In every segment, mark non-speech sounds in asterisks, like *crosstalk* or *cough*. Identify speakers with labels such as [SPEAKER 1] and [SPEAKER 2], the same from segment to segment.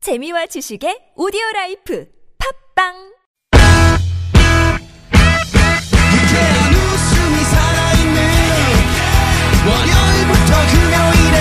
[SPEAKER 1] 재미와 지식의 오디오 라이프 팝빵!
[SPEAKER 2] 유쾌한 웃음이 살아있는 월요일부터 금요일에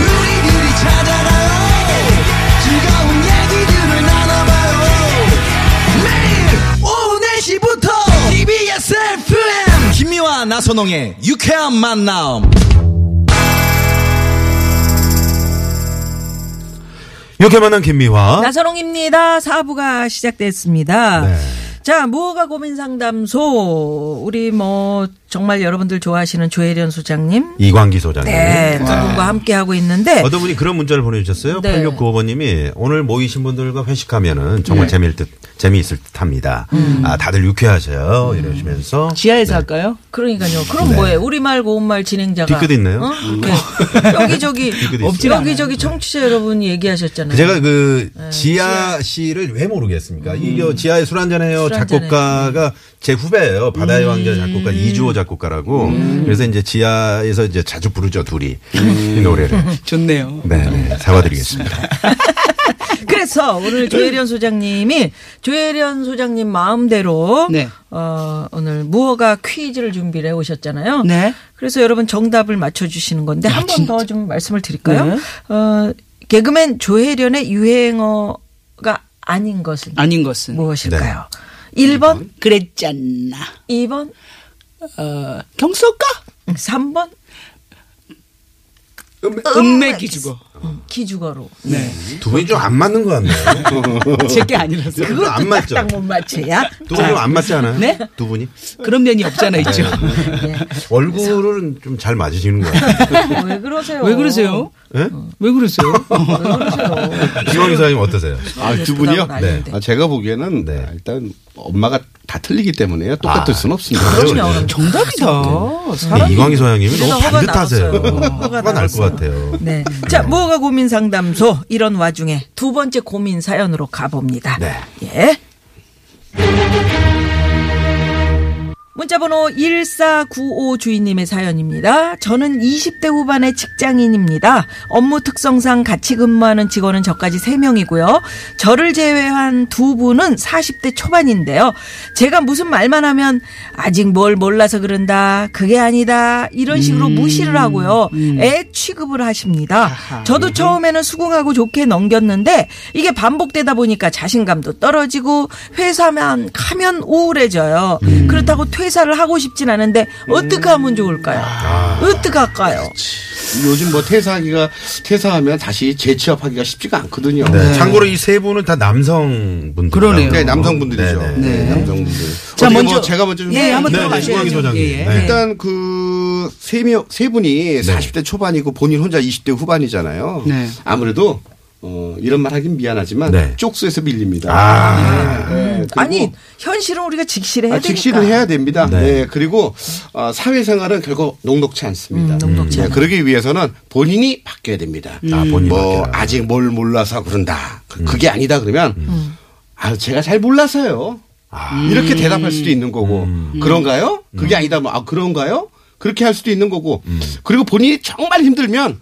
[SPEAKER 2] 우리들이 찾아가요 즐거운 얘기들을 나눠봐요 매일 오후 4시부터 TBS FM 김미와 나선홍의 유쾌한 만남
[SPEAKER 3] 이렇게 만난 김미화.
[SPEAKER 4] 나선홍입니다. 사부가 시작됐습니다.
[SPEAKER 3] 어? 네.
[SPEAKER 4] 자, 무허가 고민 상담소. 우리 뭐 정말 여러분들 좋아하시는 조혜련 소장님.
[SPEAKER 3] 이광기 소장님.
[SPEAKER 4] 네, 두 분과 함께 하고 있는데
[SPEAKER 3] 어떤 분이 그런 문자를 보내주셨어요.
[SPEAKER 4] 네.
[SPEAKER 3] 8695번님이 오늘 모이신 분들과 회식하면은 정말
[SPEAKER 4] 네.
[SPEAKER 3] 재미일 듯, 재미있을 듯 합니다.
[SPEAKER 4] 음.
[SPEAKER 3] 아, 다들 유쾌하셔요. 이러시면서.
[SPEAKER 5] 지하에서 할까요?
[SPEAKER 4] 그러니까요. 그럼 뭐예요? 우리말 고운말 진행자가
[SPEAKER 3] 네. 뒤끝 있나요? *laughs*
[SPEAKER 4] 어? 네. 여기 저기
[SPEAKER 3] 뒤끝 있어요.
[SPEAKER 5] 없진
[SPEAKER 4] 여기 저기 청취자 여러분이 얘기하셨잖아요.
[SPEAKER 3] 제가 그
[SPEAKER 4] 네.
[SPEAKER 3] 지하 씨를 왜 모르겠습니까? 이거 지하에 술 한잔해요
[SPEAKER 4] 음. 술 한잔해요. 음.
[SPEAKER 3] 작곡가가 제 후배예요. 바다의 왕자 작곡가 이주호 작곡가라고. 그래서 이제 지하에서 이제 자주 부르죠 둘이
[SPEAKER 4] 음.
[SPEAKER 3] 이
[SPEAKER 4] *laughs*
[SPEAKER 3] 노래를.
[SPEAKER 5] 좋네요.
[SPEAKER 3] 네, 네. 사과드리겠습니다.
[SPEAKER 4] 그래서 오늘 조혜련 소장님이 조혜련 소장님 마음대로
[SPEAKER 5] 네.
[SPEAKER 4] 어, 오늘 무허가 퀴즈를 준비를 해 오셨잖아요.
[SPEAKER 5] 네.
[SPEAKER 4] 그래서 여러분 정답을 맞춰 주시는 건데 한 번 더 좀 말씀을 드릴까요? 어, 개그맨 조혜련의 유행어가 아닌 것은
[SPEAKER 5] 아닌 것은
[SPEAKER 4] 무엇일까요? 1번,
[SPEAKER 5] 그랬잖아.
[SPEAKER 4] 2번,
[SPEAKER 5] 어, 경솔까?
[SPEAKER 4] 3번
[SPEAKER 5] 음매 기주고.
[SPEAKER 4] 기죽어로.
[SPEAKER 5] 네.
[SPEAKER 3] 두 분이 좀 안 맞는 것 같네요.
[SPEAKER 5] *laughs* 제게 아니라서.
[SPEAKER 3] 그것도 안 맞죠.
[SPEAKER 4] 딱못 맞춰야.
[SPEAKER 3] 두 분이 좀안 맞지 않아요?
[SPEAKER 5] 네?
[SPEAKER 3] 두 분이?
[SPEAKER 5] 그런 면이 없잖아 있죠.
[SPEAKER 3] 얼굴은 좀 잘 맞으시는 것 같아요.
[SPEAKER 4] *laughs* 왜 그러세요?
[SPEAKER 5] 왜 그러세요?
[SPEAKER 3] 예?
[SPEAKER 5] 왜 그러세요?
[SPEAKER 4] 왜 그러세요?
[SPEAKER 3] 이광희 사장님 어떠세요?
[SPEAKER 6] 아, 두 분이요?
[SPEAKER 4] 예쁘다고는 아닌데.
[SPEAKER 6] 아, 제가 보기에는
[SPEAKER 3] 네.
[SPEAKER 6] 일단 엄마가 다 틀리기 때문에요. 똑같을
[SPEAKER 5] 아,
[SPEAKER 6] 순 없습니다.
[SPEAKER 5] 그렇죠.
[SPEAKER 6] 네.
[SPEAKER 4] 그럼요. 그럼
[SPEAKER 5] 정답이다.
[SPEAKER 3] 근데
[SPEAKER 5] 사람
[SPEAKER 3] 이광희 사장님이
[SPEAKER 4] 그래서
[SPEAKER 3] 너무
[SPEAKER 4] 허가
[SPEAKER 3] 반듯하세요.
[SPEAKER 4] 나왔어요.
[SPEAKER 3] 화가 날 것 같아요.
[SPEAKER 4] 네. 자, 무허가 고민 상담소 이런 와중에 두 번째 고민 사연으로 가봅니다.
[SPEAKER 3] 네.
[SPEAKER 4] 예. 문자번호 1495 주인님의 사연입니다. 저는 20대 후반의 직장인입니다. 업무 특성상 같이 근무하는 직원은 저까지 3명이고요. 저를 제외한 두 분은 40대 초반인데요. 제가 무슨 말만 하면 아직 뭘 몰라서 그런다. 그게 아니다. 이런 식으로
[SPEAKER 6] 음.
[SPEAKER 4] 무시를 하고요. 애 취급을 하십니다.
[SPEAKER 6] 예.
[SPEAKER 4] 저도 처음에는 수긍하고 좋게 넘겼는데 이게 반복되다 보니까 자신감도 떨어지고 회사만 가면 우울해져요.
[SPEAKER 6] 음.
[SPEAKER 4] 그렇다고 퇴사를 하고 싶진 않은데 어떻게 하면 좋을까요?
[SPEAKER 6] 아.
[SPEAKER 4] 어떻게 할까요?
[SPEAKER 6] 요즘 뭐 퇴사하기가 퇴사하면 다시 재취업하기가 쉽지가 않거든요.
[SPEAKER 3] 네. 참고로 이 세 분은 다 남성분들.
[SPEAKER 5] 그러네요.
[SPEAKER 6] 네, 남성분들이죠.
[SPEAKER 3] 네,
[SPEAKER 6] 네,
[SPEAKER 3] 네.
[SPEAKER 6] 남성분들.
[SPEAKER 5] 자,
[SPEAKER 6] 어떻게
[SPEAKER 5] 먼저-
[SPEAKER 6] 뭐 제가 먼저 좀
[SPEAKER 5] 예, 한번
[SPEAKER 3] 네,
[SPEAKER 5] 들어가시죠.
[SPEAKER 3] 이광희 소장님.
[SPEAKER 5] 예, 예.
[SPEAKER 3] 네.
[SPEAKER 6] 일단 그, 세 명, 세 분이 40대 초반이고 본인 혼자 20대 후반이잖아요.
[SPEAKER 5] 네.
[SPEAKER 6] 아무래도, 어, 이런 말 하긴 미안하지만,
[SPEAKER 3] 네.
[SPEAKER 6] 쪽수에서 밀립니다.
[SPEAKER 3] 아.
[SPEAKER 6] 네, 네. 그리고
[SPEAKER 4] 아니 현실은 우리가 직시를 해야
[SPEAKER 6] 아,
[SPEAKER 4] 되니까.
[SPEAKER 6] 직시를 해야 됩니다.
[SPEAKER 3] 네.
[SPEAKER 6] 네. 그리고 어, 사회생활은 결국 녹록치 않습니다.
[SPEAKER 4] 음, 녹록치
[SPEAKER 6] 네,
[SPEAKER 4] 않아요.
[SPEAKER 6] 그러기 위해서는 본인이 바뀌어야 됩니다.
[SPEAKER 3] 아, 본인이 음.
[SPEAKER 6] 뭐
[SPEAKER 3] 바뀌어야
[SPEAKER 6] 아직 뭘 몰라서 그런다. 그- 그게 아니다 그러면
[SPEAKER 4] 음.
[SPEAKER 6] 아 제가 잘 몰라서요.
[SPEAKER 3] 아.
[SPEAKER 6] 이렇게 대답할 수도 있는 거고
[SPEAKER 3] 음.
[SPEAKER 6] 그런가요? 그게 아니다. 뭐, 아 그런가요? 그렇게 할 수도 있는 거고
[SPEAKER 3] 음.
[SPEAKER 6] 그리고 본인이 정말 힘들면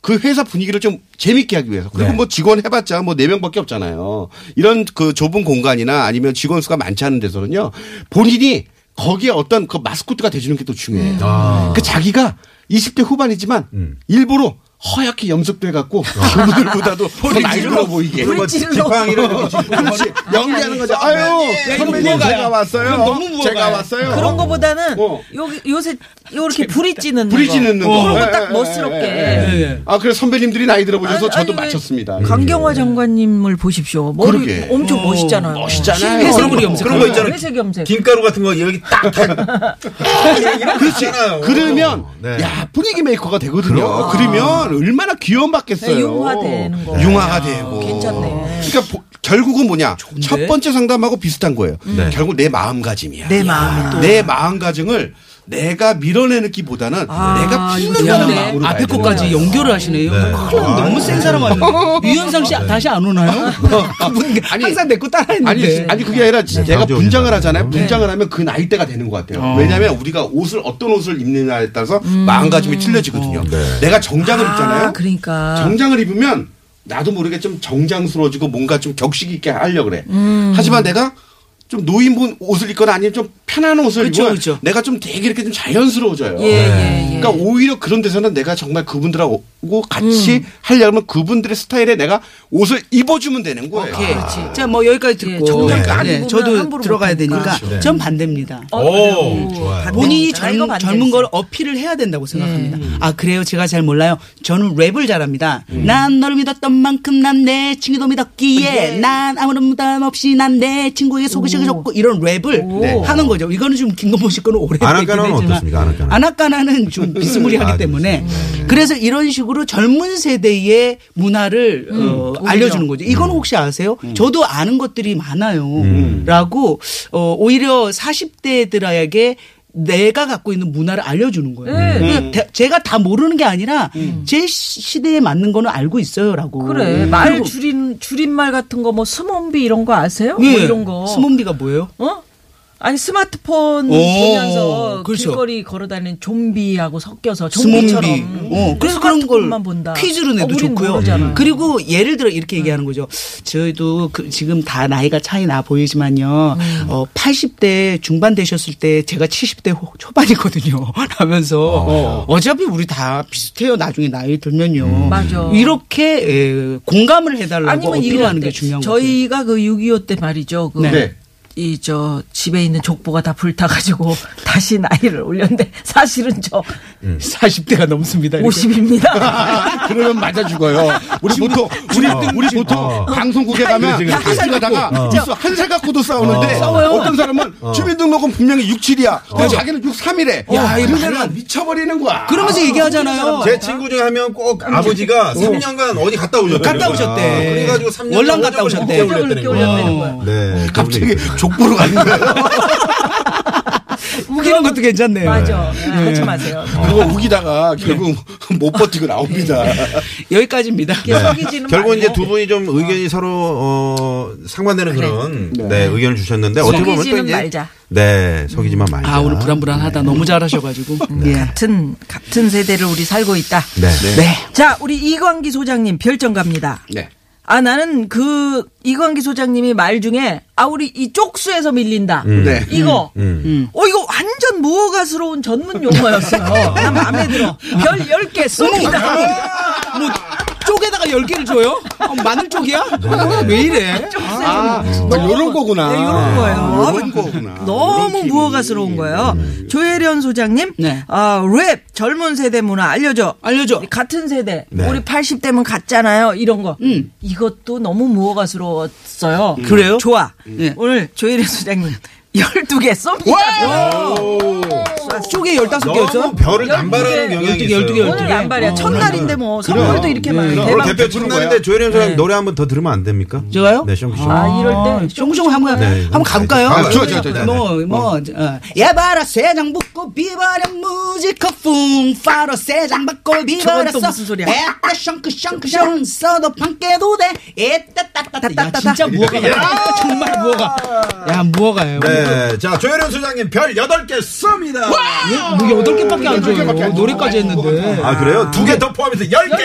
[SPEAKER 6] 그 회사 분위기를 좀 재밌게 하기 위해서. 그리고
[SPEAKER 3] 네.
[SPEAKER 6] 뭐 직원 해봤자 뭐 네명밖에 없잖아요. 이런 그 좁은 공간이나 아니면 직원 수가 많지 않은 데서는요. 본인이 거기에 어떤 그 마스코트가 돼주는 게 또 중요해요. 그 자기가 20대 후반이지만 일부러 허옇게 염색돼갖고 그분들보다도 더 나이 들어 보이게. 어.
[SPEAKER 3] 그리고 뭐 지팡이를 이렇게 짚고
[SPEAKER 6] 그렇지. 연기하는 거죠. 아유,
[SPEAKER 5] 야, 이거
[SPEAKER 6] 선배님
[SPEAKER 5] 무거워요.
[SPEAKER 6] 제가 왔어요.
[SPEAKER 5] 이건 너무 무거워요.
[SPEAKER 6] 제가 왔어요.
[SPEAKER 4] 그런 거보다는
[SPEAKER 6] 어.
[SPEAKER 4] 요기- 요새 요렇게 불이 찌는
[SPEAKER 6] 불이
[SPEAKER 4] 거.
[SPEAKER 6] 찌는 거.
[SPEAKER 4] 그런
[SPEAKER 6] 예,
[SPEAKER 4] 거
[SPEAKER 6] 예,
[SPEAKER 4] 딱
[SPEAKER 6] 예,
[SPEAKER 4] 멋스럽게.
[SPEAKER 6] 예,
[SPEAKER 5] 예.
[SPEAKER 6] 아, 그래 선배님들이 나이 들어 보셔서
[SPEAKER 4] 아니,
[SPEAKER 6] 저도
[SPEAKER 4] 아니, 왜
[SPEAKER 6] 맞췄습니다.
[SPEAKER 4] 강경화 장관님을 보십시오. 머리
[SPEAKER 6] 예. 그러게.
[SPEAKER 4] 엄청
[SPEAKER 5] 어,
[SPEAKER 4] 멋있잖아요.
[SPEAKER 6] 멋있잖아요.
[SPEAKER 4] 흰색
[SPEAKER 5] 얼굴이
[SPEAKER 4] 염색.
[SPEAKER 5] 염색한
[SPEAKER 3] 그런 거 있잖아요.
[SPEAKER 4] 회색 염색.
[SPEAKER 3] 김가루 같은 거 여기 딱.
[SPEAKER 6] *laughs* 그렇지. 그러면
[SPEAKER 3] 어. 네.
[SPEAKER 6] 야 분위기 메이커가 되거든요. 그러면 얼마나 귀여운 받겠어요.
[SPEAKER 4] 네, 융화되는 거예요.
[SPEAKER 6] 융화가
[SPEAKER 3] 아,
[SPEAKER 6] 되고.
[SPEAKER 4] 괜찮네.
[SPEAKER 6] 그러니까 보- 결국은 뭐냐? 첫 번째 상담하고 비슷한 거예요.
[SPEAKER 5] 음.
[SPEAKER 3] 네.
[SPEAKER 6] 결국 내 마음가짐이야.
[SPEAKER 4] 내 마음이 또.
[SPEAKER 6] 내 마음가짐을 내가 밀어내는기보다는 내가
[SPEAKER 5] 야,
[SPEAKER 6] 풀는다는 마음으로
[SPEAKER 5] 아, 앞에
[SPEAKER 6] 가야
[SPEAKER 5] 것까지
[SPEAKER 6] 되는 거예요.
[SPEAKER 5] 연결을 하시네요.
[SPEAKER 3] 아,
[SPEAKER 5] 네. 큰일 났네. 너무 센 사람 아니에요? 유현상 씨 다시 안 오나요? *laughs* 그분 항상 내거
[SPEAKER 6] 어. 아니,
[SPEAKER 5] 따라했는데. 네.
[SPEAKER 6] 아니 그게 아니라 내가
[SPEAKER 3] 강조
[SPEAKER 6] 분장을
[SPEAKER 3] 인사.
[SPEAKER 6] 하잖아요. 분장을 하면 그 나이대가 되는 것
[SPEAKER 5] 어.
[SPEAKER 6] 같아요. 왜냐하면 우리가 옷을 어떤 옷을 입느냐에
[SPEAKER 5] 음.
[SPEAKER 6] 따라서 마음가짐이 틀려지거든요. 내가 정장을
[SPEAKER 4] 아,
[SPEAKER 6] 입잖아요.
[SPEAKER 4] 그러니까.
[SPEAKER 6] 정장을 입으면 나도 모르게 좀 정장스러워지고 뭔가 좀 격식 있게 하려 그래.
[SPEAKER 5] 음.
[SPEAKER 6] 하지만 내가 좀 노인분 옷을 입거나 아니면 좀 편한 옷을
[SPEAKER 5] 그쵸,
[SPEAKER 6] 입으면
[SPEAKER 5] 그쵸.
[SPEAKER 6] 내가 좀 되게 이렇게 좀 자연스러워져요.
[SPEAKER 4] 예, 예, 예.
[SPEAKER 6] 그러니까 오히려 그런 데서는 내가 정말 그분들하고
[SPEAKER 5] 음.
[SPEAKER 6] 같이 하려면 그분들의 스타일에 내가 옷을 입어주면 되는 거예요.
[SPEAKER 5] 오케이. 자, 뭐 여기까지
[SPEAKER 4] 예,
[SPEAKER 5] 듣고.
[SPEAKER 3] 정말
[SPEAKER 5] 네,
[SPEAKER 4] 안
[SPEAKER 5] 네,
[SPEAKER 4] 입으면
[SPEAKER 5] 저도
[SPEAKER 4] 함부로
[SPEAKER 5] 들어가야
[SPEAKER 4] 못 하니까.
[SPEAKER 5] 되니까
[SPEAKER 3] 그렇죠.
[SPEAKER 5] 전 반대입니다.
[SPEAKER 3] 오, 좋아요.
[SPEAKER 5] 본인이
[SPEAKER 4] 어, 나 이거
[SPEAKER 5] 젊,
[SPEAKER 4] 반대했어.
[SPEAKER 5] 젊은 걸 어필을 해야 된다고 생각합니다. 아 그래요? 제가 잘 몰라요. 저는 랩을 잘합니다.
[SPEAKER 3] 음.
[SPEAKER 5] 난 널 믿었던 만큼 난 내 친구도 믿었기에 난 아무런 부담 없이 난 내 친구에게 소개시켜 줬고 이런 랩을 하는 거죠. 이거는 좀 김건모 씨 거는 오래됐긴
[SPEAKER 3] 아나까나는
[SPEAKER 5] 했지만
[SPEAKER 3] 네. 어떻습니까? 아나까나.
[SPEAKER 5] 아나까나는 좀 비스무리하기
[SPEAKER 3] 아,
[SPEAKER 5] 때문에 그래서 이런 식으로 젊은 세대의 문화를 어, 알려주는 거죠. 이건 혹시 아세요? 저도 아는 것들이 많아요. 라고 어, 오히려 40대들에게 내가 갖고 있는 문화를 알려주는 거예요.
[SPEAKER 4] 음.
[SPEAKER 5] 그러니까 대- 제가 다 모르는 게 아니라 제 시- 시대에 맞는 거는 알고 있어요라고. 음.
[SPEAKER 4] 그래 말 줄인 줄임말 같은 거 뭐 스몬비 이런 거 아세요? 뭐 이런 거.
[SPEAKER 5] 예. 스몬비가 뭐예요?
[SPEAKER 4] 어? 아니 스마트폰
[SPEAKER 5] 오,
[SPEAKER 4] 보면서
[SPEAKER 5] 그렇죠.
[SPEAKER 4] 길거리 걸어다니는 좀비하고 섞여서
[SPEAKER 5] 스몬비.
[SPEAKER 4] 좀비처럼
[SPEAKER 5] 어, 그래서 그런 걸
[SPEAKER 4] 스마트폰만 본다.
[SPEAKER 5] 퀴즈로
[SPEAKER 4] 어,
[SPEAKER 5] 내도
[SPEAKER 4] 우린
[SPEAKER 5] 좋고요. 음.
[SPEAKER 4] 모르잖아.
[SPEAKER 5] 그리고 예를 들어 이렇게 얘기하는 거죠. 저희도 그 지금 다 나이가 차이 나 보이지만요.
[SPEAKER 4] 음.
[SPEAKER 5] 어, 80대 중반 되셨을 때 제가 70대 호- 초반이거든요. *laughs* 하면서 어. 차피 우리 다 비슷해요. 나중에 나이 들면요.
[SPEAKER 4] 음. 맞아.
[SPEAKER 5] 이렇게 에, 공감을 해달라고
[SPEAKER 4] 아니면 이거
[SPEAKER 5] 뭐 어필하는
[SPEAKER 4] 어때?
[SPEAKER 5] 게 중요한 거죠.
[SPEAKER 4] 저희가 그 6.25 때 말이죠. 그
[SPEAKER 6] 네.
[SPEAKER 4] 이 저 집에 있는 족보가 다 불타가지고 *laughs* 다시 나이를 올렸는데 사실은 저
[SPEAKER 5] 40대가 음. 넘습니다. 이렇게. *laughs*
[SPEAKER 4] 50입니다.
[SPEAKER 6] 그러면 맞아 죽어요. 우리 보통 우리 우리 어. 보통 방송국에 가면
[SPEAKER 3] 그렇지, 그렇지.
[SPEAKER 6] 가다가 한살 갖고도 싸우는데 어떤 사람은 주민등록은 분명히 67이야. 근데 자기는 63이래. 야, 이러면 미쳐버리는 거야.
[SPEAKER 5] 그러면서 얘기하잖아요.
[SPEAKER 4] 그렇죠.
[SPEAKER 3] 제 친구 중에 한 명 꼭 아버지가 3년간 어디 갔다 오셨대.
[SPEAKER 5] 갔다 오셨대.
[SPEAKER 3] 그래가지고 3년
[SPEAKER 5] 월남 갔다 오셨대.
[SPEAKER 3] 올렸다는
[SPEAKER 4] 월남을 올렸다는
[SPEAKER 5] 어.
[SPEAKER 3] 거예요. 네.
[SPEAKER 6] 갑자기
[SPEAKER 3] 그런 얘기거든요.
[SPEAKER 6] 족보로 가는 거예요.
[SPEAKER 5] 웃기는 것도 괜찮네요. 네.
[SPEAKER 4] 맞아. 하지 마세요.
[SPEAKER 6] 그리고 우기다가 결국 못 버티고 나옵니다.
[SPEAKER 5] 여기까지입니다.
[SPEAKER 4] 네. 속이지는
[SPEAKER 3] 결국 이제
[SPEAKER 4] 말고.
[SPEAKER 3] 두 분이
[SPEAKER 5] 네.
[SPEAKER 3] 좀 의견이 서로 어, 상반되는 그런 네. 의견을 주셨는데 어떻게 보면 또
[SPEAKER 4] 속이지는
[SPEAKER 3] 이제
[SPEAKER 4] 말자.
[SPEAKER 3] 네 속이지만 말자.
[SPEAKER 5] 아 오늘 불안불안하다. 너무 잘하셔가지고. 예.
[SPEAKER 4] 같은 같은 세대를 우리 살고 있다.
[SPEAKER 3] 네.
[SPEAKER 4] 자, 우리 이광기 소장님 별점 갑니다.
[SPEAKER 6] 네.
[SPEAKER 4] 아 나는 그 이광기 소장님이 말 중에 아 우리 이 쪽수에서 밀린다.
[SPEAKER 6] 네.
[SPEAKER 4] 이거
[SPEAKER 3] 음.
[SPEAKER 4] 어 이거 완전 무어가스러운 전문 용어였어요. 난 마음에
[SPEAKER 3] *laughs*
[SPEAKER 4] 들어. 별 10개 쏩니다.
[SPEAKER 5] 뭐 쪽에다가 열 개를 줘요? 어, 마늘 쪽이야? 아,
[SPEAKER 6] 네.
[SPEAKER 5] 왜 이래?
[SPEAKER 6] 아, 요런 거구나. 아,
[SPEAKER 4] 네, 요런 거예요.
[SPEAKER 6] 요런 거구나.
[SPEAKER 4] 아, 너무
[SPEAKER 6] 요런
[SPEAKER 4] 무어가스러운 거예요.
[SPEAKER 3] 음.
[SPEAKER 4] 조혜련 소장님,
[SPEAKER 5] 네.
[SPEAKER 4] 아, 랩 젊은 세대 문화 알려줘.
[SPEAKER 5] 알려줘.
[SPEAKER 4] 같은 세대,
[SPEAKER 3] 네.
[SPEAKER 4] 우리 80대면 같잖아요. 이런 거. 이것도 너무 무어가스러웠어요.
[SPEAKER 5] 음. 그래요?
[SPEAKER 4] 좋아.
[SPEAKER 5] 네.
[SPEAKER 4] 오늘 조혜련 소장님 *laughs* 12개 쏩니다.
[SPEAKER 5] 쪽에 열다섯 개였어?
[SPEAKER 3] 너무 별을 남발하는
[SPEAKER 4] 열두
[SPEAKER 3] 경향이
[SPEAKER 5] 개, 열두 개,
[SPEAKER 3] 있어요.
[SPEAKER 5] 열두
[SPEAKER 4] 오늘
[SPEAKER 5] 개.
[SPEAKER 4] 양발이야.
[SPEAKER 5] 어, 네.
[SPEAKER 4] 첫날인데 뭐 선물도 이렇게 많이
[SPEAKER 3] 오늘
[SPEAKER 4] 대박.
[SPEAKER 3] 대표
[SPEAKER 6] 부르는
[SPEAKER 3] 첫날인데
[SPEAKER 6] 거야?
[SPEAKER 3] 조혜련 소장님 노래 한 번 더 들으면 안 됩니까?
[SPEAKER 5] 제가요?
[SPEAKER 3] 네, 션키 씨.
[SPEAKER 4] 아, 이럴 때
[SPEAKER 5] 쫑쫑 한번
[SPEAKER 3] 네,
[SPEAKER 5] 한번 가볼까요? 뭐,
[SPEAKER 3] 아, 어.
[SPEAKER 6] 좋아, 좋아, 좋아, 좋아.
[SPEAKER 5] 뭐뭐 어. 야바라 세장 붙고 비바라 무지커 풍 파로 세장 받고 비바라
[SPEAKER 4] 아, 또
[SPEAKER 5] 써
[SPEAKER 4] 무슨 소리야?
[SPEAKER 5] 에따 션크 션크 션 써도 판깨도 돼 에따 따따따따따 진짜 무어가 정말 무어가 야 무어가요
[SPEAKER 3] 네. 자, 조혜련 소장님 별 8개 쏩니다.
[SPEAKER 5] 뭐 여덟 개밖에 안 줘요 노래까지 했는데
[SPEAKER 3] 아, 그래요? 두 개 더 포함해서 10개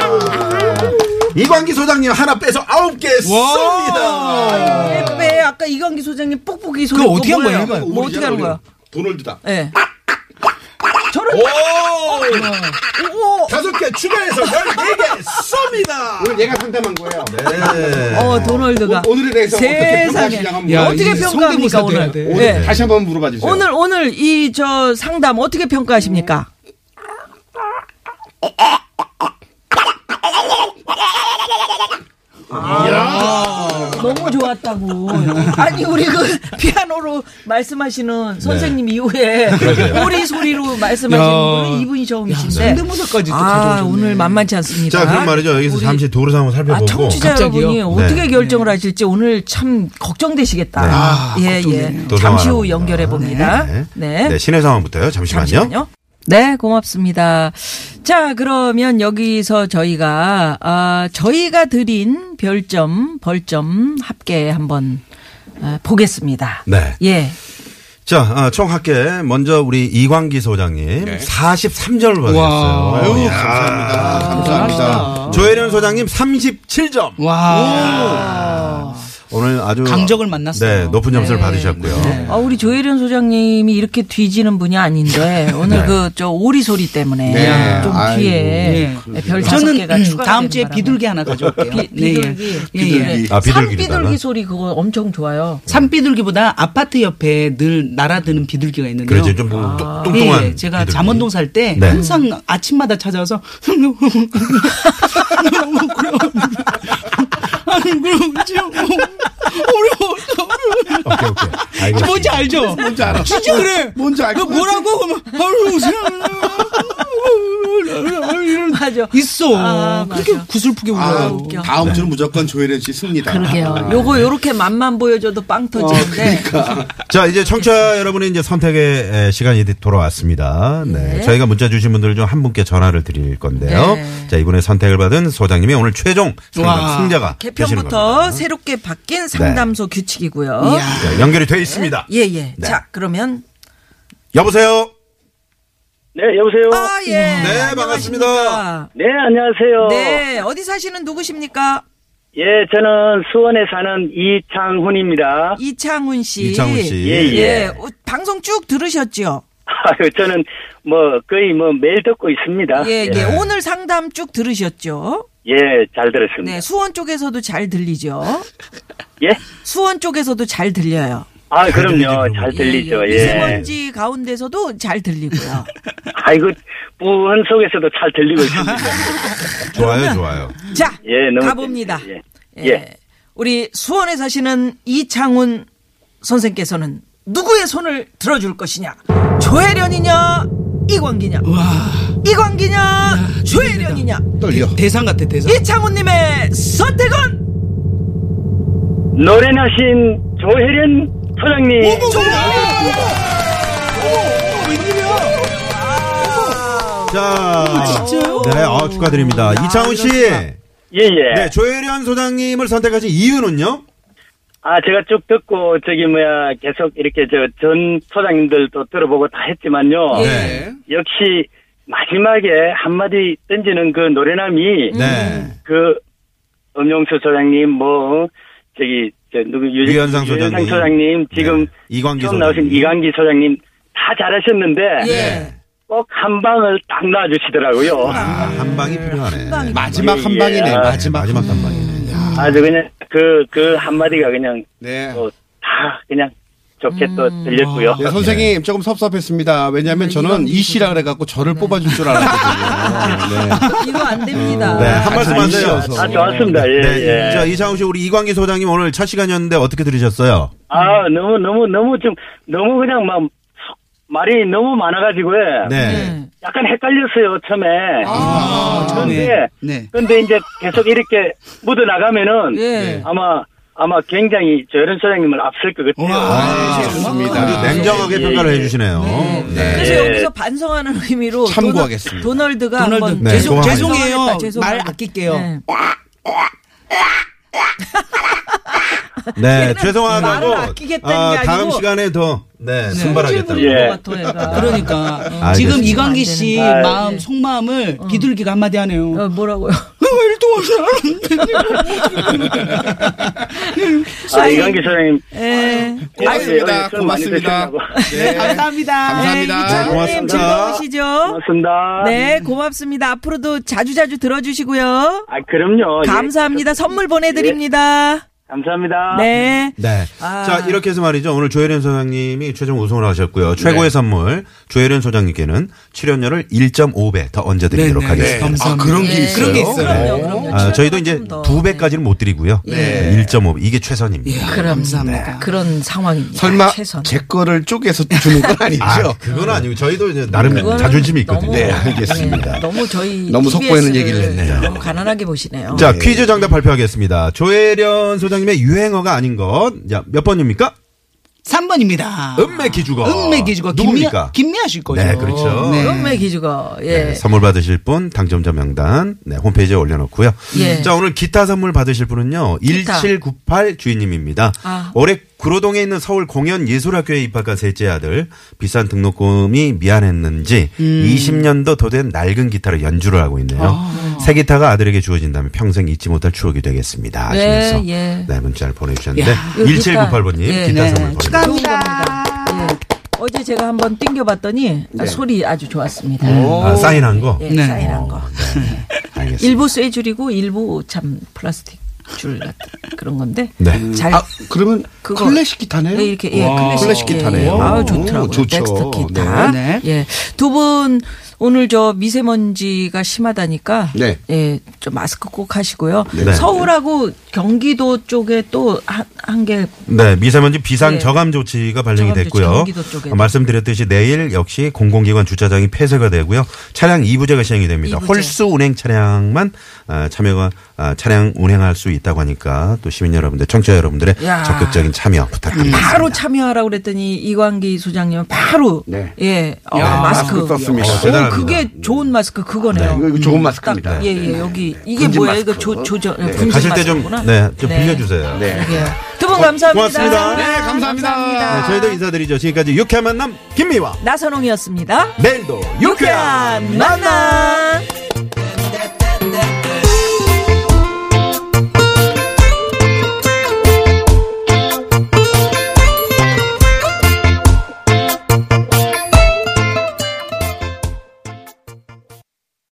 [SPEAKER 3] 쏩니다. 이광기 소장님 하나 빼서 9개 쏩니다.
[SPEAKER 4] 예배 아까 이광기 소장님 뽁뽁이 소리
[SPEAKER 5] 그거 어떻게 한
[SPEAKER 4] 뭐예요?
[SPEAKER 5] 거예요?
[SPEAKER 6] 아,
[SPEAKER 5] 해봐요.
[SPEAKER 4] 뭐 어떻게 하는 거야?
[SPEAKER 6] 도널드다.
[SPEAKER 4] 예. 저런 어,
[SPEAKER 3] 오!
[SPEAKER 4] 오!
[SPEAKER 3] 다섯 개 추가해서 14개 쏩니다.
[SPEAKER 6] 아, 오늘 얘가 상담한 거예요.
[SPEAKER 3] 네.
[SPEAKER 4] 어 도널드가
[SPEAKER 6] 오- 오늘에 대해서 어떻게
[SPEAKER 4] 세상에
[SPEAKER 6] 평가하시냐 한번 예.
[SPEAKER 5] 야,
[SPEAKER 4] 어떻게
[SPEAKER 5] 이제
[SPEAKER 4] 평가합니까
[SPEAKER 5] 성대모사
[SPEAKER 4] 오늘?
[SPEAKER 5] 돼야 돼.
[SPEAKER 6] 오늘
[SPEAKER 4] 예.
[SPEAKER 6] 다시 한번 물어봐 주세요.
[SPEAKER 4] 오늘 오늘 이 저 상담 어떻게 평가하십니까? 아, 너무 좋았다고. 아니 우리 그 피아노로 말씀하시는 선생님
[SPEAKER 6] 네.
[SPEAKER 4] 이후에 오리 소리로 말씀하시는
[SPEAKER 5] 야.
[SPEAKER 4] 분은 이분이 처음이신데.
[SPEAKER 5] 성대모사까지 또
[SPEAKER 4] 아
[SPEAKER 5] 가져오셨네.
[SPEAKER 4] 오늘 만만치 않습니다.
[SPEAKER 3] 자, 그럼 말이죠. 여기서
[SPEAKER 4] 우리-
[SPEAKER 3] 잠시 도로 상황
[SPEAKER 4] 아,
[SPEAKER 3] 살펴보고.
[SPEAKER 4] 청취자
[SPEAKER 5] 갑자기요?
[SPEAKER 4] 여러분이 어떻게
[SPEAKER 3] 네.
[SPEAKER 4] 결정을 하실지 오늘 참 걱정되시겠다. 예, 예.
[SPEAKER 3] 또
[SPEAKER 4] 잠시 후
[SPEAKER 3] 상황
[SPEAKER 4] 연결해 봅니다.
[SPEAKER 3] 네.
[SPEAKER 4] 네.
[SPEAKER 3] 네, 시내 상황부터요. 잠시만요.
[SPEAKER 4] 네, 고맙습니다. 자, 그러면 여기서 저희가, 아, 저희가 드린 별점, 벌점 합계 한번 아, 보겠습니다.
[SPEAKER 3] 네.
[SPEAKER 4] 예.
[SPEAKER 3] 자, 아, 총학계 먼저 우리 이광기 소장님 43점을
[SPEAKER 6] 와, 아유,
[SPEAKER 3] 받으셨어요. 이야.
[SPEAKER 6] 감사합니다. 감사합니다.
[SPEAKER 3] 조혜련 소장님 37점.
[SPEAKER 5] 와.
[SPEAKER 3] 오늘 아주
[SPEAKER 5] 강적을 만났어요.
[SPEAKER 3] 네, 높은 점수를
[SPEAKER 5] 네.
[SPEAKER 3] 받으셨고요.
[SPEAKER 4] 아, 우리 조혜련 소장님이 이렇게 뒤지는 분이 아닌데 오늘 그 저 오리 소리 때문에
[SPEAKER 6] 네.
[SPEAKER 4] 좀
[SPEAKER 6] 아이고.
[SPEAKER 4] 뒤에 별 다섯
[SPEAKER 5] 저는
[SPEAKER 4] 개가
[SPEAKER 5] 음,
[SPEAKER 4] 추가가
[SPEAKER 5] 다음
[SPEAKER 4] 되는
[SPEAKER 5] 주에
[SPEAKER 4] 바람에.
[SPEAKER 5] 비둘기 하나 가져올게요.
[SPEAKER 4] 비,
[SPEAKER 5] 네, 예.
[SPEAKER 4] 비둘기
[SPEAKER 5] 예, 예.
[SPEAKER 3] 아,
[SPEAKER 4] 산
[SPEAKER 3] 비둘기다.
[SPEAKER 4] 비둘기 소리 그거 엄청 좋아요.
[SPEAKER 5] 산비둘기보다 아파트 옆에 늘 날아드는 비둘기가 있는데요.
[SPEAKER 3] 그렇죠. 좀 뚱뚱한.
[SPEAKER 5] 예, 제가
[SPEAKER 3] 비둘기.
[SPEAKER 5] 잠원동 살 때
[SPEAKER 3] 네.
[SPEAKER 5] 항상 아침마다 찾아와서 너무 그럼 아니 그럼 지금 어려워.
[SPEAKER 3] 오케이, 오케이. 알겠습니다.
[SPEAKER 5] 뭔지 알죠?
[SPEAKER 6] 뭔지 알아.
[SPEAKER 5] 진짜 그래.
[SPEAKER 6] 뭔지 알것
[SPEAKER 5] 그
[SPEAKER 6] 같아.
[SPEAKER 5] 뭐라고 그러면 아유 세상에.
[SPEAKER 4] *laughs*
[SPEAKER 5] 이런
[SPEAKER 4] 맞아.
[SPEAKER 5] 있어.
[SPEAKER 4] 아, 맞아.
[SPEAKER 5] 그렇게 구슬프게
[SPEAKER 6] 아,
[SPEAKER 5] 울어요.
[SPEAKER 4] 웃겨.
[SPEAKER 6] 다음 주는 무조건 조혜련 씨 승리다.
[SPEAKER 4] 그러게요. 요거 요렇게 맛만 보여줘도 빵 터지는데
[SPEAKER 3] 자, 이제 청취자 여러분의 이제 선택의 에, 시간이 돌아왔습니다. 네. 저희가 문자 주신 분들 중 한 분께 전화를 드릴 건데요.
[SPEAKER 4] 네.
[SPEAKER 3] 자, 이번에 선택을 받은 소장님이 오늘 최종 상담
[SPEAKER 5] 와,
[SPEAKER 3] 승자가 되시는
[SPEAKER 4] 아, 개편부터
[SPEAKER 3] 겁니다.
[SPEAKER 4] 새롭게 바뀐 상담소 규칙이고요.
[SPEAKER 3] 자, 연결이 돼 있습니다.
[SPEAKER 4] 예, 예.
[SPEAKER 3] 네.
[SPEAKER 4] 자, 그러면
[SPEAKER 3] 여보세요?
[SPEAKER 7] 네,
[SPEAKER 3] 어,
[SPEAKER 7] 여보세요?
[SPEAKER 4] 아, 예.
[SPEAKER 3] 네,
[SPEAKER 4] 안녕하십니까.
[SPEAKER 3] 반갑습니다.
[SPEAKER 7] 네, 안녕하세요.
[SPEAKER 4] 네, 어디 사시는 누구십니까?
[SPEAKER 7] 예, 저는 수원에 사는 이창훈입니다.
[SPEAKER 4] 이창훈 씨.
[SPEAKER 3] 이창훈 씨.
[SPEAKER 7] 예, 예.
[SPEAKER 4] 예. 어, 방송 쭉 들으셨죠?
[SPEAKER 7] *laughs* 아유, 저는 뭐 거의 뭐 매일 듣고 있습니다.
[SPEAKER 4] 예, 예.
[SPEAKER 7] 예,
[SPEAKER 4] 오늘 상담 쭉 들으셨죠?
[SPEAKER 7] 예, 잘 들었습니다.
[SPEAKER 4] 네, 수원 쪽에서도 잘 들리죠?
[SPEAKER 7] 예?
[SPEAKER 4] 수원 쪽에서도 잘 들려요.
[SPEAKER 7] 아,
[SPEAKER 3] 들리죠,
[SPEAKER 7] 그럼요. 잘 들리죠. 예.
[SPEAKER 4] 미세먼지 가운데서도 잘 들리고요.
[SPEAKER 3] *laughs*
[SPEAKER 7] 아이고, 그 부은 속에서도 잘 들리고 있습니다.
[SPEAKER 3] 좋아요, 좋아요.
[SPEAKER 4] 자,
[SPEAKER 7] 예, 너무
[SPEAKER 4] 가봅니다.
[SPEAKER 7] 재밌-
[SPEAKER 4] 예.
[SPEAKER 7] 예. 예.
[SPEAKER 4] 우리 수원에 사시는 이창훈 선생께서는 누구의 손을 들어줄 것이냐? 조혜련이냐? 이광기냐? 이광기냐? 조혜련이냐?
[SPEAKER 6] 떨려.
[SPEAKER 5] 대상 같아 대상.
[SPEAKER 4] 이창훈님의 선택은
[SPEAKER 7] 노래나신 조혜련 소장님.
[SPEAKER 3] 자,
[SPEAKER 4] 진짜요?
[SPEAKER 3] 네, 아, 축하드립니다. 이창훈 씨.
[SPEAKER 7] 예, 예.
[SPEAKER 3] 네, 조혜련 소장님을 선택하신 이유는요?
[SPEAKER 7] 아, 제가 쭉 듣고 저기 뭐야 계속 이렇게 저 전 소장님들도 들어보고 다 했지만요.
[SPEAKER 3] 네.
[SPEAKER 7] 역시 마지막에 한마디 던지는 그 노래남이
[SPEAKER 3] 네.
[SPEAKER 7] 그 엄영수 소장님 뭐 저기 저 누구 유-
[SPEAKER 3] 유현상
[SPEAKER 7] 유현상
[SPEAKER 3] 소장님.
[SPEAKER 7] 소장님 지금
[SPEAKER 3] 네. 이광기
[SPEAKER 7] 처음 나오신
[SPEAKER 3] 소장님.
[SPEAKER 7] 이광기 소장님 다 잘하셨는데
[SPEAKER 4] 예.
[SPEAKER 7] 꼭 한 방을 딱 놔주시더라고요.
[SPEAKER 3] 아, 한 방이 필요하네.
[SPEAKER 4] 방이
[SPEAKER 6] 마지막
[SPEAKER 7] 예,
[SPEAKER 6] 한
[SPEAKER 7] 예.
[SPEAKER 6] 방이네.
[SPEAKER 7] 아,
[SPEAKER 6] 마지막,
[SPEAKER 3] 마지막 한 방이네. 야.
[SPEAKER 7] 아주 그냥 그 그 한마디가 그냥
[SPEAKER 6] 네.
[SPEAKER 7] 뭐 다 그냥 좋게 또 들렸고요.
[SPEAKER 6] 네, 선생님 조금 섭섭했습니다. 왜냐하면 저는 이 씨라 그래갖고 저를 뽑아줄 줄 알았거든요. 네.
[SPEAKER 4] 이거 안 됩니다.
[SPEAKER 3] 네, 한 말씀
[SPEAKER 6] 아,
[SPEAKER 3] 하세요.
[SPEAKER 6] 이씨여서.
[SPEAKER 7] 아 좋았습니다. 예
[SPEAKER 3] 네.
[SPEAKER 7] 예.
[SPEAKER 3] 자, 이창훈 씨, 우리 이광기 소장님 오늘 첫 시간이었는데 어떻게 들으셨어요?
[SPEAKER 7] 아 너무 너무 너무 좀 너무 그냥 막 말이 너무 많아가지고 예.
[SPEAKER 3] 네.
[SPEAKER 7] 약간 헷갈렸어요 처음에.
[SPEAKER 5] 아,
[SPEAKER 7] 그런데
[SPEAKER 5] 네.
[SPEAKER 7] 근데 이제 계속 이렇게 묻어 나가면은
[SPEAKER 4] 예.
[SPEAKER 7] 아마 아마 굉장히 저런 소장님을 앞설 것 같아요.
[SPEAKER 6] 아,
[SPEAKER 3] 아주 네.
[SPEAKER 6] 좋습니다.
[SPEAKER 3] 냉정하게
[SPEAKER 7] 예,
[SPEAKER 3] 평가를
[SPEAKER 7] 예.
[SPEAKER 3] 해주시네요. 네.
[SPEAKER 4] 그래서
[SPEAKER 7] 예.
[SPEAKER 4] 여기서 반성하는 의미로
[SPEAKER 6] 참고하겠습니다.
[SPEAKER 4] 도널, 도널드가
[SPEAKER 5] 도널드.
[SPEAKER 4] 한번
[SPEAKER 3] 네,
[SPEAKER 5] 죄송,
[SPEAKER 3] 소화하겠습니다.
[SPEAKER 5] 죄송해요.
[SPEAKER 4] 죄송합니다.
[SPEAKER 5] 말 아낄게요.
[SPEAKER 4] 네.
[SPEAKER 3] 네,
[SPEAKER 4] 말을
[SPEAKER 3] 죄송하다고.
[SPEAKER 4] 아끼겠다는 게
[SPEAKER 3] 아,
[SPEAKER 4] 아니고
[SPEAKER 3] 다음 시간에 더, 네, 순발하겠다고.
[SPEAKER 7] 예.
[SPEAKER 4] 그러니까
[SPEAKER 5] 그러니까
[SPEAKER 3] 아,
[SPEAKER 5] 지금
[SPEAKER 3] 알겠습니다.
[SPEAKER 5] 이광기 씨
[SPEAKER 4] 안 되는데.
[SPEAKER 5] 마음
[SPEAKER 4] 예.
[SPEAKER 5] 속마음을 비둘기가 한마디 하네요.
[SPEAKER 4] 어, 뭐라고요?
[SPEAKER 5] 내가 일등
[SPEAKER 7] 아, 이광기 소장님
[SPEAKER 4] 예.
[SPEAKER 6] 고맙습니다.
[SPEAKER 7] 예, 예, 많이
[SPEAKER 6] 고맙습니다.
[SPEAKER 7] 드시라고.
[SPEAKER 6] 네.
[SPEAKER 5] 감사합니다.
[SPEAKER 6] 감사합니다.
[SPEAKER 3] 네, 고맙습니다.
[SPEAKER 4] 예, 즐거우시죠?
[SPEAKER 7] 고맙습니다.
[SPEAKER 4] 네, 고맙습니다. 앞으로도 자주자주 들어주시고요.
[SPEAKER 7] 아 그럼요. 예.
[SPEAKER 4] 감사합니다. 선물 보내드립니다.
[SPEAKER 7] 감사합니다.
[SPEAKER 4] 네.
[SPEAKER 3] 네.
[SPEAKER 4] 아.
[SPEAKER 3] 자, 이렇게 해서 말이죠. 오늘 조혜련 소장님이 최종 우승을 하셨고요. 최고의
[SPEAKER 7] 네.
[SPEAKER 3] 선물, 조혜련 소장님께는 출연료를 1.5배 더 얹어드리도록
[SPEAKER 5] 네, 네, 네.
[SPEAKER 3] 하겠습니다.
[SPEAKER 6] 아, 그런 게 있어요.
[SPEAKER 5] 그런 게 있어요.
[SPEAKER 4] 네. 그럼요, 그럼요.
[SPEAKER 3] 아, 저희도 이제
[SPEAKER 4] 좀 더.
[SPEAKER 3] 두 배까지는 못 드리고요.
[SPEAKER 6] 네.
[SPEAKER 3] 1.5배. 이게 최선입니다.
[SPEAKER 5] 감사합니다.
[SPEAKER 4] 그런 상황입니다.
[SPEAKER 6] 설마
[SPEAKER 4] 최선.
[SPEAKER 6] 제 거를 쪼개서 주는 건 아니죠?
[SPEAKER 3] 아, 그건 아니고 저희도 이제 나름
[SPEAKER 4] 네. 그거는
[SPEAKER 3] 자존심이 있거든요.
[SPEAKER 4] 너무-
[SPEAKER 6] 네, 알겠습니다.
[SPEAKER 4] 네, 너무 저희
[SPEAKER 6] 너무
[SPEAKER 4] TBS
[SPEAKER 6] 속보이는
[SPEAKER 4] 를
[SPEAKER 6] 얘기를 했네요.
[SPEAKER 4] 너무 가난하게 보시네요.
[SPEAKER 3] 자, 퀴즈 정답 발표하겠습니다. 조혜련 소장님의 유행어가 아닌 것. 자, 몇 번입니까?
[SPEAKER 5] 3번입니다.
[SPEAKER 3] 음매 기죽어.
[SPEAKER 5] 아, 음매 기주가
[SPEAKER 3] 누굽니까?
[SPEAKER 5] 김미아, 김미아 씨 거죠.
[SPEAKER 3] 네, 그렇죠.
[SPEAKER 5] 네.
[SPEAKER 4] 그럼 왜 기주가 예.
[SPEAKER 3] 네, 선물 받으실 분 당첨자 명단 네, 홈페이지에 올려놓고요.
[SPEAKER 4] 예.
[SPEAKER 3] 자 오늘 기타 선물 받으실 분은요
[SPEAKER 4] 기타.
[SPEAKER 3] 1798 주인님입니다.
[SPEAKER 4] 아.
[SPEAKER 3] 올해 구로동에 있는 서울 공연 예술학교에 입학한 셋째 아들 비싼 등록금이 미안했는지
[SPEAKER 4] 음.
[SPEAKER 3] 20년도 도된 낡은 기타를 연주를 하고 있네요.
[SPEAKER 4] 어.
[SPEAKER 3] 새 기타가 아들에게 주어진다면 평생 잊지 못할 추억이 되겠습니다.
[SPEAKER 4] 네,
[SPEAKER 3] 하시면서
[SPEAKER 4] 예.
[SPEAKER 3] 네, 문자를 보내주셨는데
[SPEAKER 4] 요 기타.
[SPEAKER 3] 1798번님
[SPEAKER 4] 예.
[SPEAKER 3] 기타
[SPEAKER 4] 네.
[SPEAKER 3] 선물 보내드립니다.
[SPEAKER 4] 좋은 겁니다. 예. 어제 제가 한번 띵겨봤더니 아, 소리 아주 좋았습니다.
[SPEAKER 3] 아, 사인한 거.
[SPEAKER 4] 예,
[SPEAKER 5] 네.
[SPEAKER 4] 사인한
[SPEAKER 3] 어,
[SPEAKER 4] 거.
[SPEAKER 3] 네, 네. 알겠습니다.
[SPEAKER 4] 일부 쇠줄이고 일부 참 플라스틱 줄 같은 그런 건데
[SPEAKER 3] 네.
[SPEAKER 4] 잘
[SPEAKER 6] 아, 그러면
[SPEAKER 4] 그거-
[SPEAKER 6] 클래식 기타네요?
[SPEAKER 4] 네, 이렇게 예,
[SPEAKER 6] 와,
[SPEAKER 4] 클래식,
[SPEAKER 6] 기타네요.
[SPEAKER 4] 예. 아우
[SPEAKER 6] 오,
[SPEAKER 4] 좋더라고요.
[SPEAKER 6] 좋죠.
[SPEAKER 4] 덱스터 기타.
[SPEAKER 5] 네, 네.
[SPEAKER 4] 예. 두 분 오늘 저 미세먼지가 심하다니까
[SPEAKER 6] 네.
[SPEAKER 4] 예, 좀 마스크 꼭 하시고요.
[SPEAKER 3] 네.
[SPEAKER 4] 서울하고 경기도 쪽에 또 한 개
[SPEAKER 3] 네, 미세먼지 비상
[SPEAKER 4] 네.
[SPEAKER 3] 저감 조치가 발령이
[SPEAKER 4] 저감 조치,
[SPEAKER 3] 됐고요.
[SPEAKER 4] 경기도 쪽에는.
[SPEAKER 3] 아, 말씀드렸듯이 내일 역시 공공기관 주차장이 폐쇄가 되고요. 차량 2부제가 시행이 됩니다.
[SPEAKER 4] 이부제.
[SPEAKER 3] 홀수 운행 차량만 아, 참여가 아, 차량 운행할 수 있다고 하니까 또 시민 여러분들, 청취자 여러분들의
[SPEAKER 4] 야.
[SPEAKER 3] 적극적인 참여
[SPEAKER 6] 음.
[SPEAKER 3] 부탁드립니다.
[SPEAKER 4] 바로 참여하라 고 그랬더니 이광기 소장님은 바로
[SPEAKER 6] 네.
[SPEAKER 4] 예 어,
[SPEAKER 6] 야,
[SPEAKER 4] 마스크,
[SPEAKER 6] 마스크 썼습니다.
[SPEAKER 4] 오,
[SPEAKER 3] 대단합니다. 음.
[SPEAKER 4] 그게 좋은 마스크 그거네요. 음,
[SPEAKER 6] 이거, 이거 좋은 마스크입니다.
[SPEAKER 4] 예예 여기 이게
[SPEAKER 6] 군집
[SPEAKER 4] 뭐야 이거
[SPEAKER 6] 마스크.
[SPEAKER 4] 조 조절
[SPEAKER 6] 네.
[SPEAKER 4] 군집
[SPEAKER 3] 가실 때 좀,
[SPEAKER 4] 마스크구나.
[SPEAKER 3] 네, 좀
[SPEAKER 4] 네.
[SPEAKER 3] 빌려주세요.
[SPEAKER 6] 네.
[SPEAKER 4] 두 분 감사합니다.
[SPEAKER 3] 고맙습니다. 네,
[SPEAKER 6] 감사합니다.
[SPEAKER 3] 네, 저희도 인사드리죠. 지금까지 유쾌한 만남 김미화.
[SPEAKER 4] 나선홍이었습니다.
[SPEAKER 3] 내일도 유쾌한
[SPEAKER 4] 유쾌한 만남.